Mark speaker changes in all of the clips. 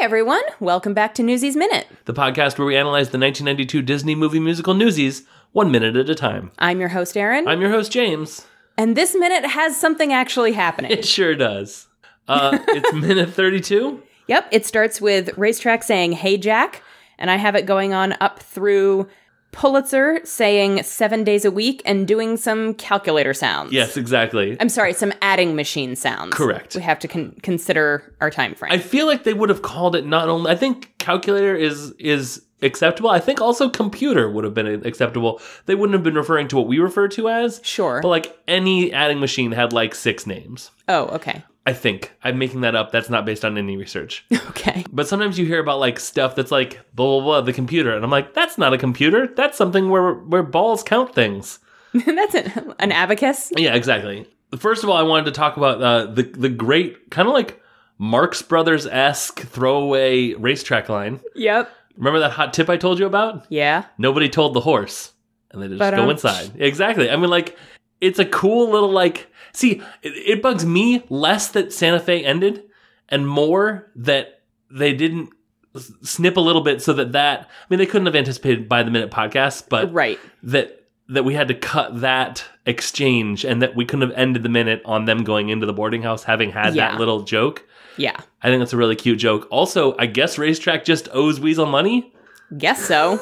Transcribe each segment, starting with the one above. Speaker 1: everyone. Welcome back to Newsies Minute.
Speaker 2: the podcast where we analyze the 1992 Disney movie musical Newsies one minute at a time.
Speaker 1: I'm your host, Erin.
Speaker 2: I'm your host, James.
Speaker 1: and this minute has something actually happening.
Speaker 2: It sure does. Uh, it's minute 32.
Speaker 1: yep, it starts with Racetrack saying, Hey, Jack. And I have it going on up through Pulitzer saying seven days a week and doing some calculator sounds.
Speaker 2: Yes, exactly.
Speaker 1: I'm sorry, some adding machine sounds.
Speaker 2: Correct.
Speaker 1: We have to con- consider our time frame.
Speaker 2: I feel like they would have called it not only. I think calculator is is acceptable. I think also computer would have been acceptable. They wouldn't have been referring to what we refer to as.
Speaker 1: sure.
Speaker 2: But like any adding machine had like six names.
Speaker 1: oh, okay.
Speaker 2: I think I'm making that up. That's not based on any research.
Speaker 1: Okay.
Speaker 2: But sometimes you hear about like stuff that's like blah blah blah the computer, and I'm like, that's not a computer. That's something where where balls count things.
Speaker 1: That's an, an abacus.
Speaker 2: Yeah, exactly. First of all, I wanted to talk about uh, the the great kind of like Marx Brothers esque throwaway racetrack line.
Speaker 1: Yep.
Speaker 2: Remember that hot tip I told you about?
Speaker 1: Yeah.
Speaker 2: Nobody told the horse, and they just go
Speaker 1: Ba-dum.
Speaker 2: inside. Exactly. I mean, like it's a cool little like. See, it, it bugs me less that Santa Fe ended, and more that they didn't s- snip a little bit so that that. I mean, they couldn't have anticipated by the minute podcast, but
Speaker 1: Right.
Speaker 2: that that we had to cut that exchange and that we couldn't have ended the minute on them going into the boarding house having had
Speaker 1: Yeah.
Speaker 2: that little joke.
Speaker 1: Yeah.
Speaker 2: I think that's a really cute joke. Also, I guess Racetrack just owes Weasel money.
Speaker 1: Guess so.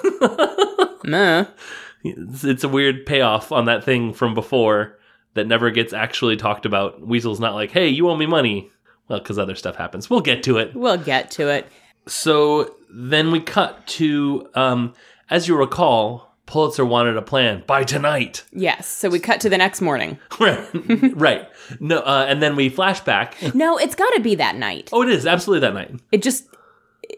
Speaker 1: Meh.
Speaker 2: It's, it's a weird payoff on that thing from before that never gets actually talked about. Weasel's not like, hey, you owe me money. Well, because other stuff happens. We'll get to it.
Speaker 1: We'll get to it.
Speaker 2: So then we cut to, um, as you recall, Pulitzer wanted a plan by tonight.
Speaker 1: Yes. So we cut to the next morning.
Speaker 2: right. No, uh, and then we flash back.
Speaker 1: No, it's got to be that night.
Speaker 2: Oh, it is absolutely that night.
Speaker 1: It just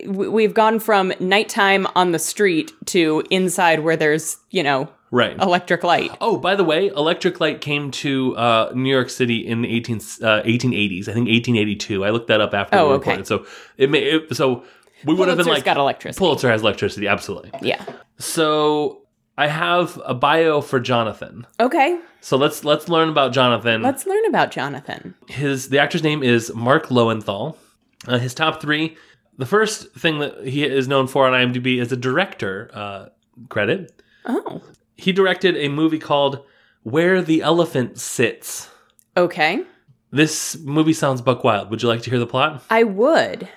Speaker 1: w- we've gone from nighttime on the street to inside where there's you know
Speaker 2: Right.
Speaker 1: electric light.
Speaker 2: Oh, by the way, electric light came to uh, New York City in the 18, uh, 1880s. I think 1882. I looked that up after
Speaker 1: Oh,
Speaker 2: we
Speaker 1: okay.
Speaker 2: recorded. So it may it, so we would have been
Speaker 1: Pulitzer's
Speaker 2: like
Speaker 1: got electricity.
Speaker 2: Pulitzer has electricity, absolutely.
Speaker 1: yeah.
Speaker 2: So I have a bio for Jonathan.
Speaker 1: Okay.
Speaker 2: So let's let's learn about Jonathan.
Speaker 1: Let's learn about Jonathan.
Speaker 2: His the actor's name is Mark Lowenthal. Uh, his top three. The first thing that he is known for on IMDb is a director uh, credit.
Speaker 1: Oh.
Speaker 2: He directed a movie called Where the Elephant Sits.
Speaker 1: Okay.
Speaker 2: This movie sounds buck wild. Would you like to hear the plot?
Speaker 1: I would.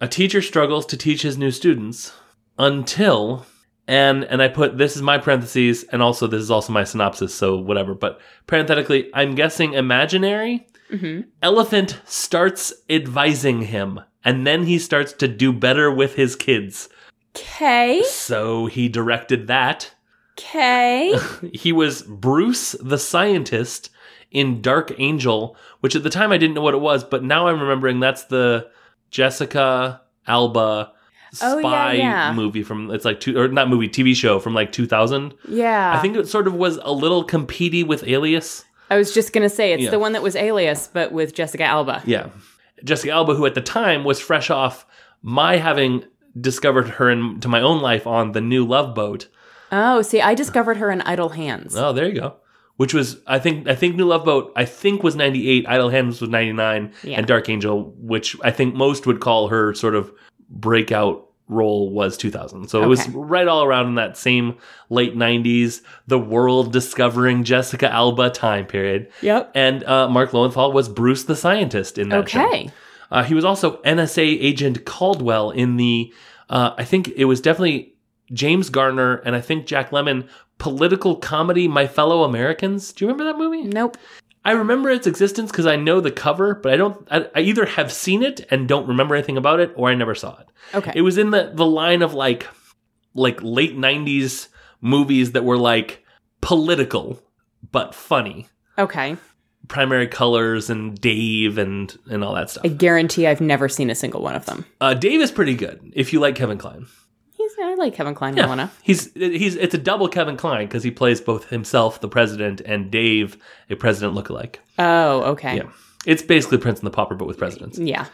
Speaker 2: A teacher struggles to teach his new students until and and I put this is my parentheses and also this is also my synopsis, so whatever. But parenthetically, I'm guessing imaginary.
Speaker 1: hmm
Speaker 2: Elephant starts advising him, and then he starts to do better with his kids.
Speaker 1: Okay.
Speaker 2: So he directed that.
Speaker 1: Okay.
Speaker 2: He was Bruce the scientist in Dark Angel, which at the time I didn't know what it was, but now I'm remembering that's the Jessica Alba
Speaker 1: Oh, yeah,
Speaker 2: spy
Speaker 1: yeah.
Speaker 2: movie from it's like two or not movie TV show from like 2000.
Speaker 1: Yeah.
Speaker 2: I think it sort of was a little compete with Alias.
Speaker 1: I was just gonna say it's
Speaker 2: Yeah.
Speaker 1: the one that was Alias, but with Jessica Alba.
Speaker 2: Yeah. Jessica Alba, who at the time was fresh off my having discovered her into my own life on the new Love Boat.
Speaker 1: Oh, see, I discovered her in Idle Hands.
Speaker 2: Oh, there you go. Which was I think I think New Love Boat I think was ninety eight, Idle Hands was ninety nine,
Speaker 1: Yeah.
Speaker 2: and Dark Angel, which I think most would call her sort of breakout role was two thousand. So it was
Speaker 1: Okay.
Speaker 2: right all around in that same late nineties, the world discovering Jessica Alba time period.
Speaker 1: Yep.
Speaker 2: And uh, Mark Lowenthal was Bruce the scientist in that show.
Speaker 1: Okay.
Speaker 2: Uh, he was also NSA agent Caldwell in the, uh, I think it was definitely James Garner and I think Jack Lemon political comedy My Fellow Americans. Do you remember that movie?
Speaker 1: Nope.
Speaker 2: I remember its existence because I know the cover, but I don't. I, I either have seen it and don't remember anything about it, or I never saw it.
Speaker 1: Okay.
Speaker 2: It was in the the line of like, like late '90s movies that were like political but funny.
Speaker 1: okay.
Speaker 2: Primary Colors and Dave and and all that stuff.
Speaker 1: I guarantee I've never seen a single one of them.
Speaker 2: Uh, Dave is pretty good if you like Kevin Klein.
Speaker 1: He's, I like Kevin Klein well enough.
Speaker 2: He's he's it's a double Kevin Klein because he plays both himself, the president, and Dave, a president lookalike.
Speaker 1: Oh, okay.
Speaker 2: Yeah, it's basically Prince and the Pauper, but with presidents.
Speaker 1: Yeah,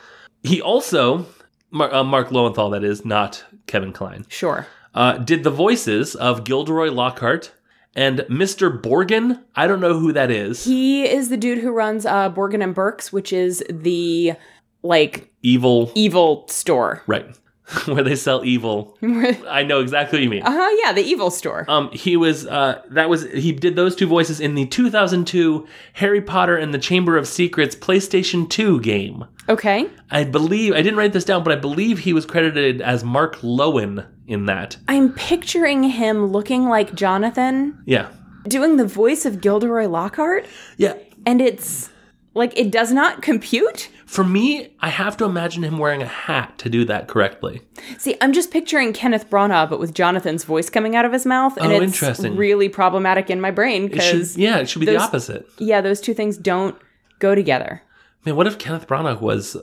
Speaker 2: He also Mar- uh, Mark Lowenthal, that is not Kevin Klein,
Speaker 1: sure.
Speaker 2: uh, did the voices of Gilderoy Lockhart and Mr. Borgen. I don't know who that is.
Speaker 1: He is the dude who runs uh, Borgin and Burks, which is the like
Speaker 2: evil,
Speaker 1: evil store.
Speaker 2: right? Where they sell evil.
Speaker 1: uh
Speaker 2: I know exactly what you mean.
Speaker 1: huh. Yeah, the evil store.
Speaker 2: Um, he was uh, that was he did those two voices in the 2002 Harry Potter and the Chamber of Secrets PlayStation 2 game.
Speaker 1: Okay.
Speaker 2: I believe I didn't write this down, but I believe he was credited as Mark Lowen in that.
Speaker 1: I'm picturing him looking like Jonathan,
Speaker 2: Yeah,
Speaker 1: doing the voice of Gilderoy Lockhart,
Speaker 2: yeah.
Speaker 1: and it's like it does not compute.
Speaker 2: For me, I have to imagine him wearing a hat to do that correctly.
Speaker 1: See, I'm just picturing Kenneth Branagh, but with Jonathan's voice coming out of his mouth, and
Speaker 2: Oh,
Speaker 1: it's
Speaker 2: interesting.
Speaker 1: really problematic in my brain
Speaker 2: It should-
Speaker 1: because
Speaker 2: yeah, it should be the
Speaker 1: those-
Speaker 2: opposite.
Speaker 1: yeah, those two things don't go together.
Speaker 2: Man, what if Kenneth Branagh was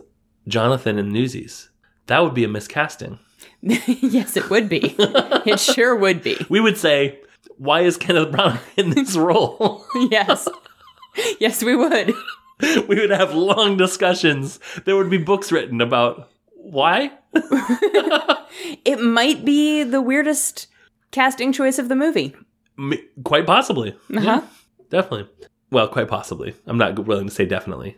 Speaker 2: Jonathan in Newsies? That would be a miscasting.
Speaker 1: yes, it would be. it sure would be.
Speaker 2: We would say, why is Kenneth Branagh in this role?
Speaker 1: Yes. Yes, we would.
Speaker 2: we would have long discussions. There would be books written about why?
Speaker 1: It might be the weirdest casting choice of the movie.
Speaker 2: M- Quite possibly.
Speaker 1: Uh-huh.
Speaker 2: Definitely. Well, quite possibly. I'm not willing to say definitely.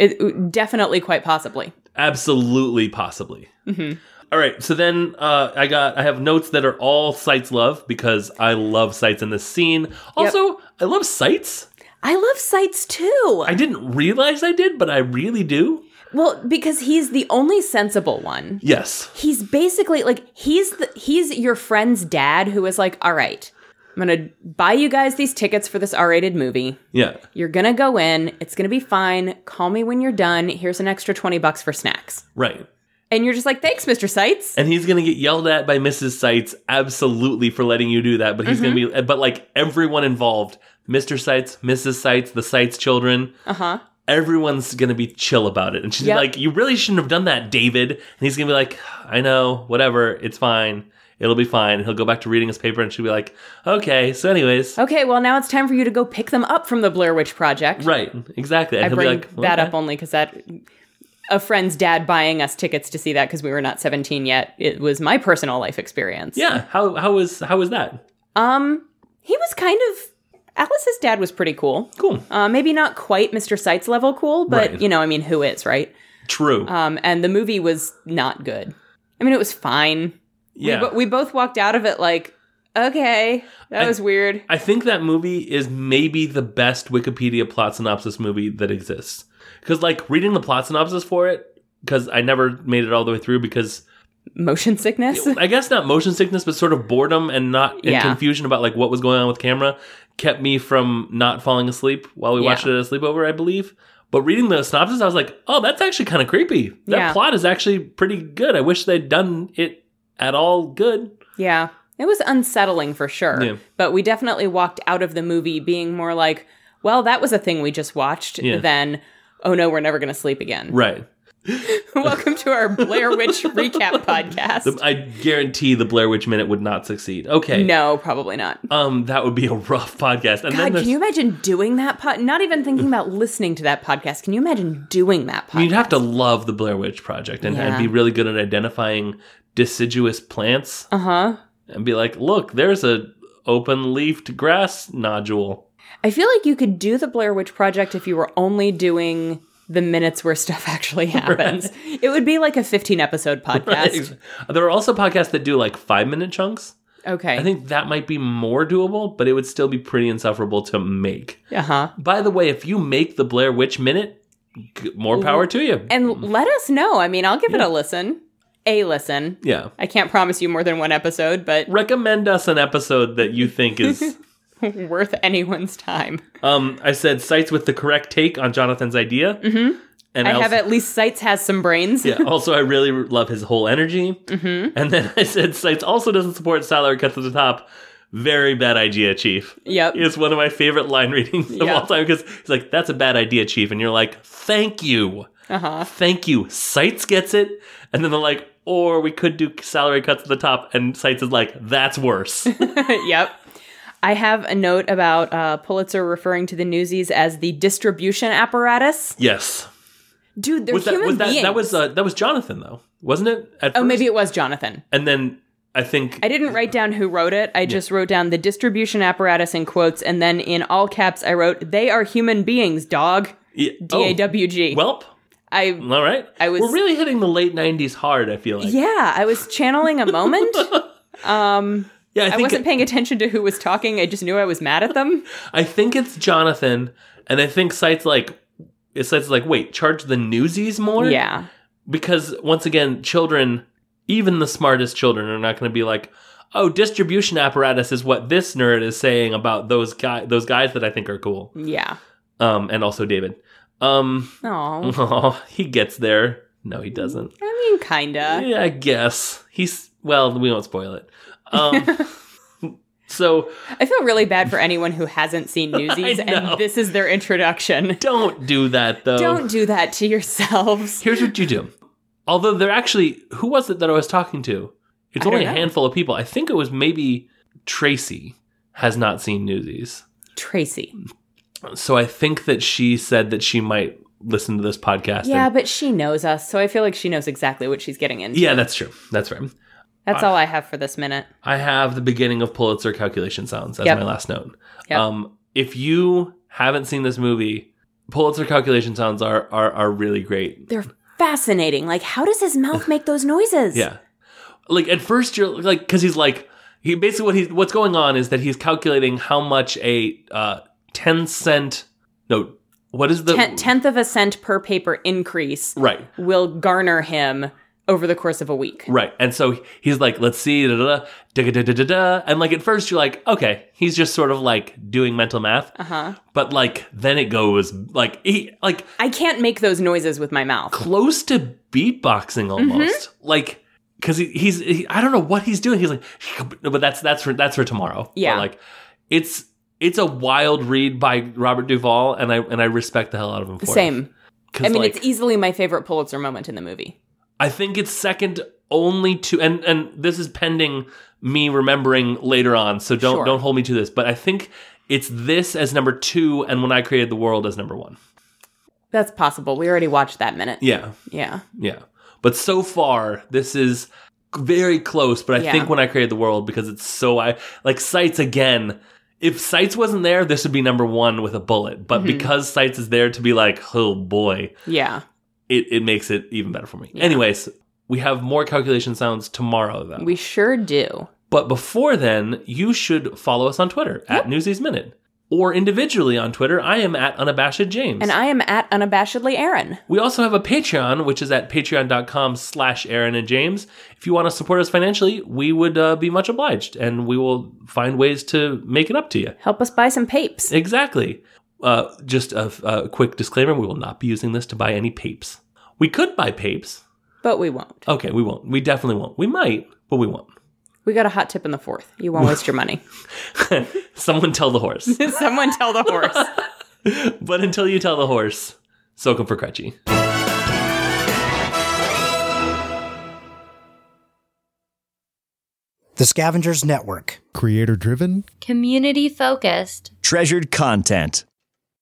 Speaker 1: It, definitely, quite possibly.
Speaker 2: Absolutely, possibly.
Speaker 1: Mhm.
Speaker 2: All right. So then uh, I got I have notes that are all sites love because I love sites in this scene. Also, I love sites.
Speaker 1: I love Sights too.
Speaker 2: I didn't realize I did, but I really do.
Speaker 1: well, because he's the only sensible one.
Speaker 2: Yes.
Speaker 1: He's basically like he's the, he's your friend's dad who is like, "All right, I'm going to buy you guys these tickets for this R-rated movie.
Speaker 2: Yeah.
Speaker 1: You're going to go in. It's going to be fine. Call me when you're done. Here's an extra 20 bucks for snacks."
Speaker 2: Right.
Speaker 1: And you're just like, "Thanks, Mr. Sights."
Speaker 2: And he's gonna get yelled at by Mrs. Sites absolutely for letting you do that. But he's
Speaker 1: Mm-hmm.
Speaker 2: gonna be but like everyone involved, Mr. Sites, Mrs. Sites, the Sites children,
Speaker 1: Uh-huh.
Speaker 2: everyone's gonna be chill about it. And she's
Speaker 1: Yep.
Speaker 2: like, You really shouldn't have done that, David. And he's gonna be like, I know, whatever, it's fine. It'll be fine. He'll go back to reading his paper and she'll be like, Okay, so anyways.
Speaker 1: Okay, well now it's time for you to go pick them up from the Blair Witch Project.
Speaker 2: Right, exactly. And
Speaker 1: I
Speaker 2: he'll
Speaker 1: bring
Speaker 2: be like,
Speaker 1: that
Speaker 2: "Okay."
Speaker 1: up only because that a friend's dad buying us tickets to see that because we were not 17 yet. It was my personal life experience.
Speaker 2: Yeah, how how was how was that?
Speaker 1: Um, he was kind of Alice's dad was pretty cool.
Speaker 2: Cool.
Speaker 1: Uh, maybe not quite Mr. Seitz level cool, but
Speaker 2: Right.
Speaker 1: you know, I mean, who is right?
Speaker 2: True.
Speaker 1: Um, and the movie was not good. I mean, it was fine.
Speaker 2: yeah.
Speaker 1: We, bo- we both walked out of it like, okay, that
Speaker 2: I-
Speaker 1: was weird.
Speaker 2: I think that movie is maybe the best Wikipedia plot synopsis movie that exists. Because, like, reading the plot synopsis for it, because I never made it all the way through, because
Speaker 1: Motion sickness.
Speaker 2: I guess not motion sickness, but sort of boredom and not and
Speaker 1: Yeah.
Speaker 2: confusion about like what was going on with camera kept me from not falling asleep while we
Speaker 1: Yeah.
Speaker 2: watched it at a sleepover, I believe. But reading the synopsis, I was like, oh, that's actually kind of creepy. That
Speaker 1: Yeah.
Speaker 2: plot is actually pretty good. I wish they'd done it at all good.
Speaker 1: Yeah. It was unsettling for sure.
Speaker 2: Yeah.
Speaker 1: But we definitely walked out of the movie being more like, well, that was a thing we just watched,
Speaker 2: Yeah.
Speaker 1: than, oh no, we're never going to sleep again.
Speaker 2: Right.
Speaker 1: Welcome to our Blair Witch recap podcast.
Speaker 2: The- I guarantee the Blair Witch Minute would not succeed. Okay.
Speaker 1: no, probably not.
Speaker 2: Um, that would be a rough podcast. And then
Speaker 1: God,
Speaker 2: there's,
Speaker 1: can you imagine doing that pod? Not even thinking about listening to that podcast. Can you imagine doing that
Speaker 2: I mean,
Speaker 1: podcast?
Speaker 2: you'd have to love the Blair Witch Project and, and
Speaker 1: Yeah.
Speaker 2: be really good at identifying deciduous plants
Speaker 1: Uh huh.
Speaker 2: and be like, look, there's a open leafed grass nodule.
Speaker 1: I feel like you could do the Blair Witch Project if you were only doing the minutes where stuff actually happens. It would be like a 15 episode podcast.
Speaker 2: There are also podcasts that do like five minute chunks.
Speaker 1: Okay.
Speaker 2: I think that might be more doable, but it would still be pretty insufferable to make.
Speaker 1: uh huh.
Speaker 2: By the way, if you make the Blair Witch Minute, g- more power to you.
Speaker 1: And let us know. I mean, I'll give it a listen. A listen.
Speaker 2: yeah.
Speaker 1: I can't promise you more than one episode, but
Speaker 2: Recommend us an episode that you think is
Speaker 1: worth anyone's time.
Speaker 2: Um, I said sites with the correct take on Jonathan's idea. Mm-hmm. And
Speaker 1: I
Speaker 2: also,
Speaker 1: have at least Sites has some brains.
Speaker 2: yeah, also, I really love his whole energy. Mm-hmm. And then I said sites also doesn't support salary cuts at the top. Very bad idea, Chief.
Speaker 1: Yep.
Speaker 2: It's one of my favorite line readings of
Speaker 1: Yeah.
Speaker 2: all time because he's like, "That's a bad idea, Chief," and you're like, "Thank you,
Speaker 1: Uh-huh.
Speaker 2: thank you." Sites gets it, and then they're like, "Or we could do salary cuts at the top," and Sites is like, "That's worse."
Speaker 1: yep. I have a note about uh, Pulitzer referring to the Newsies as the distribution apparatus.
Speaker 2: yes,
Speaker 1: Dude, they're
Speaker 2: was that
Speaker 1: human
Speaker 2: was that
Speaker 1: beings.
Speaker 2: that was uh, that was Jonathan though, wasn't it? At
Speaker 1: oh,
Speaker 2: first?
Speaker 1: maybe it was Jonathan.
Speaker 2: And then I think
Speaker 1: I didn't write down who wrote it. I just wrote down the distribution apparatus in quotes, and then in all caps, I wrote, "They are human beings, dog."
Speaker 2: Yeah.
Speaker 1: D A W G.
Speaker 2: Oh, Welp.
Speaker 1: I
Speaker 2: All right.
Speaker 1: I was
Speaker 2: We're really hitting the late 90s hard, I feel like.
Speaker 1: yeah, I was channeling a moment. um,
Speaker 2: Yeah, I
Speaker 1: I,
Speaker 2: think
Speaker 1: wasn't paying attention to who was talking. I just knew I was mad at them.
Speaker 2: I think it's Jonathan, and I think sites like it sites like wait, charge the newsies more?
Speaker 1: yeah,
Speaker 2: Because once again, children, even the smartest children, are not gonna be like, Oh, distribution apparatus is what this nerd is saying about those guy those guys that I think are cool.
Speaker 1: yeah.
Speaker 2: Um, and also David. Um
Speaker 1: Oh,
Speaker 2: oh, he gets there. No, he doesn't.
Speaker 1: I mean, kinda.
Speaker 2: Yeah, I guess. He's well, we won't spoil it. Um so
Speaker 1: I feel really bad for anyone who hasn't seen Newsies,
Speaker 2: know. Oh.
Speaker 1: and this is their introduction.
Speaker 2: don't do that though.
Speaker 1: Don't do that to yourselves.
Speaker 2: Here's what you do. Although they're actually, who was it that I was talking to? It's
Speaker 1: I don't
Speaker 2: only a
Speaker 1: know.
Speaker 2: handful of people. I think it was maybe Tracy has not seen Newsies.
Speaker 1: Tracy.
Speaker 2: So I think that she said that she might listen to this podcast.
Speaker 1: Yeah,
Speaker 2: and-
Speaker 1: but she knows us, so I feel like she knows exactly what she's getting into.
Speaker 2: yeah, that's true. That's right.
Speaker 1: That's
Speaker 2: I-
Speaker 1: all I have for this minute.
Speaker 2: I have the beginning of Pulitzer calculation sounds as
Speaker 1: Yep.
Speaker 2: my last note.
Speaker 1: Yep.
Speaker 2: Um, if you haven't seen this movie, Pulitzer calculation sounds are are, are really great.
Speaker 1: They're fascinating. Like, how does his mouth make those noises?
Speaker 2: Yeah. Like at first you're like because he's like he basically what he's what's going on is that he's calculating how much a uh, ten cent no what is the
Speaker 1: Ten- tenth of a cent per paper increase
Speaker 2: right
Speaker 1: will garner him over the course of a week.
Speaker 2: right and so he's like let's see da da da da da da da and like at first you're like okay he's just sort of like doing mental math
Speaker 1: Uh huh.
Speaker 2: but like then it goes like he like
Speaker 1: I can't make those noises with my mouth.
Speaker 2: close to beatboxing
Speaker 1: Mm-hmm.
Speaker 2: almost like because he, he's he, i don't know what he's doing he's like no, but that's that's for that's for tomorrow But,
Speaker 1: Yeah.
Speaker 2: like it's it's a wild read by robert duvall and i and i respect the hell out of him for it
Speaker 1: Same.
Speaker 2: 'Cause,
Speaker 1: I mean,
Speaker 2: like,
Speaker 1: it's e- easily my favorite Pulitzer moment in the movie.
Speaker 2: i think it's second only to and and this is pending me remembering later on so don't
Speaker 1: Sure.
Speaker 2: don't hold me to this but i think it's this as number two and when i created the world as number one
Speaker 1: That's possible. We already watched that minute.
Speaker 2: yeah
Speaker 1: Yeah.
Speaker 2: Yeah. But so far, this is very close, but I
Speaker 1: Yeah.
Speaker 2: think when I created the world, because it's so I like Sites again. If Sites wasn't there, this would be number one with a bullet. But
Speaker 1: Mhm.
Speaker 2: because Sites is there to be like, oh boy,
Speaker 1: Yeah.
Speaker 2: it, it makes it even better for me.
Speaker 1: Yeah.
Speaker 2: Anyways, we have more calculation sounds tomorrow though.
Speaker 1: We sure do.
Speaker 2: but before then, you should follow us on Twitter at Newsies Minute. Or individually on Twitter, I am at unabashed James.
Speaker 1: And I am at unabashedly Aaron.
Speaker 2: We also have a Patreon, which is at patreon.com slash Aaron and James. If you want to support us financially, we would uh, be much obliged, and we will find ways to make it up to you.
Speaker 1: Help us buy some papes.
Speaker 2: Exactly. Uh, just a, a quick disclaimer, we will not be using this to buy any papes. We could buy papes.
Speaker 1: But we won't.
Speaker 2: Okay, we won't. We definitely won't. We might, but we won't.
Speaker 1: We got a hot tip in the fourth. You won't waste your money.
Speaker 2: Someone tell the horse.
Speaker 1: Someone tell the horse.
Speaker 2: but until you tell the horse, soak him for crutchy.
Speaker 3: The Scavengers Network.
Speaker 4: Creator driven?
Speaker 5: Community focused.
Speaker 6: Treasured content.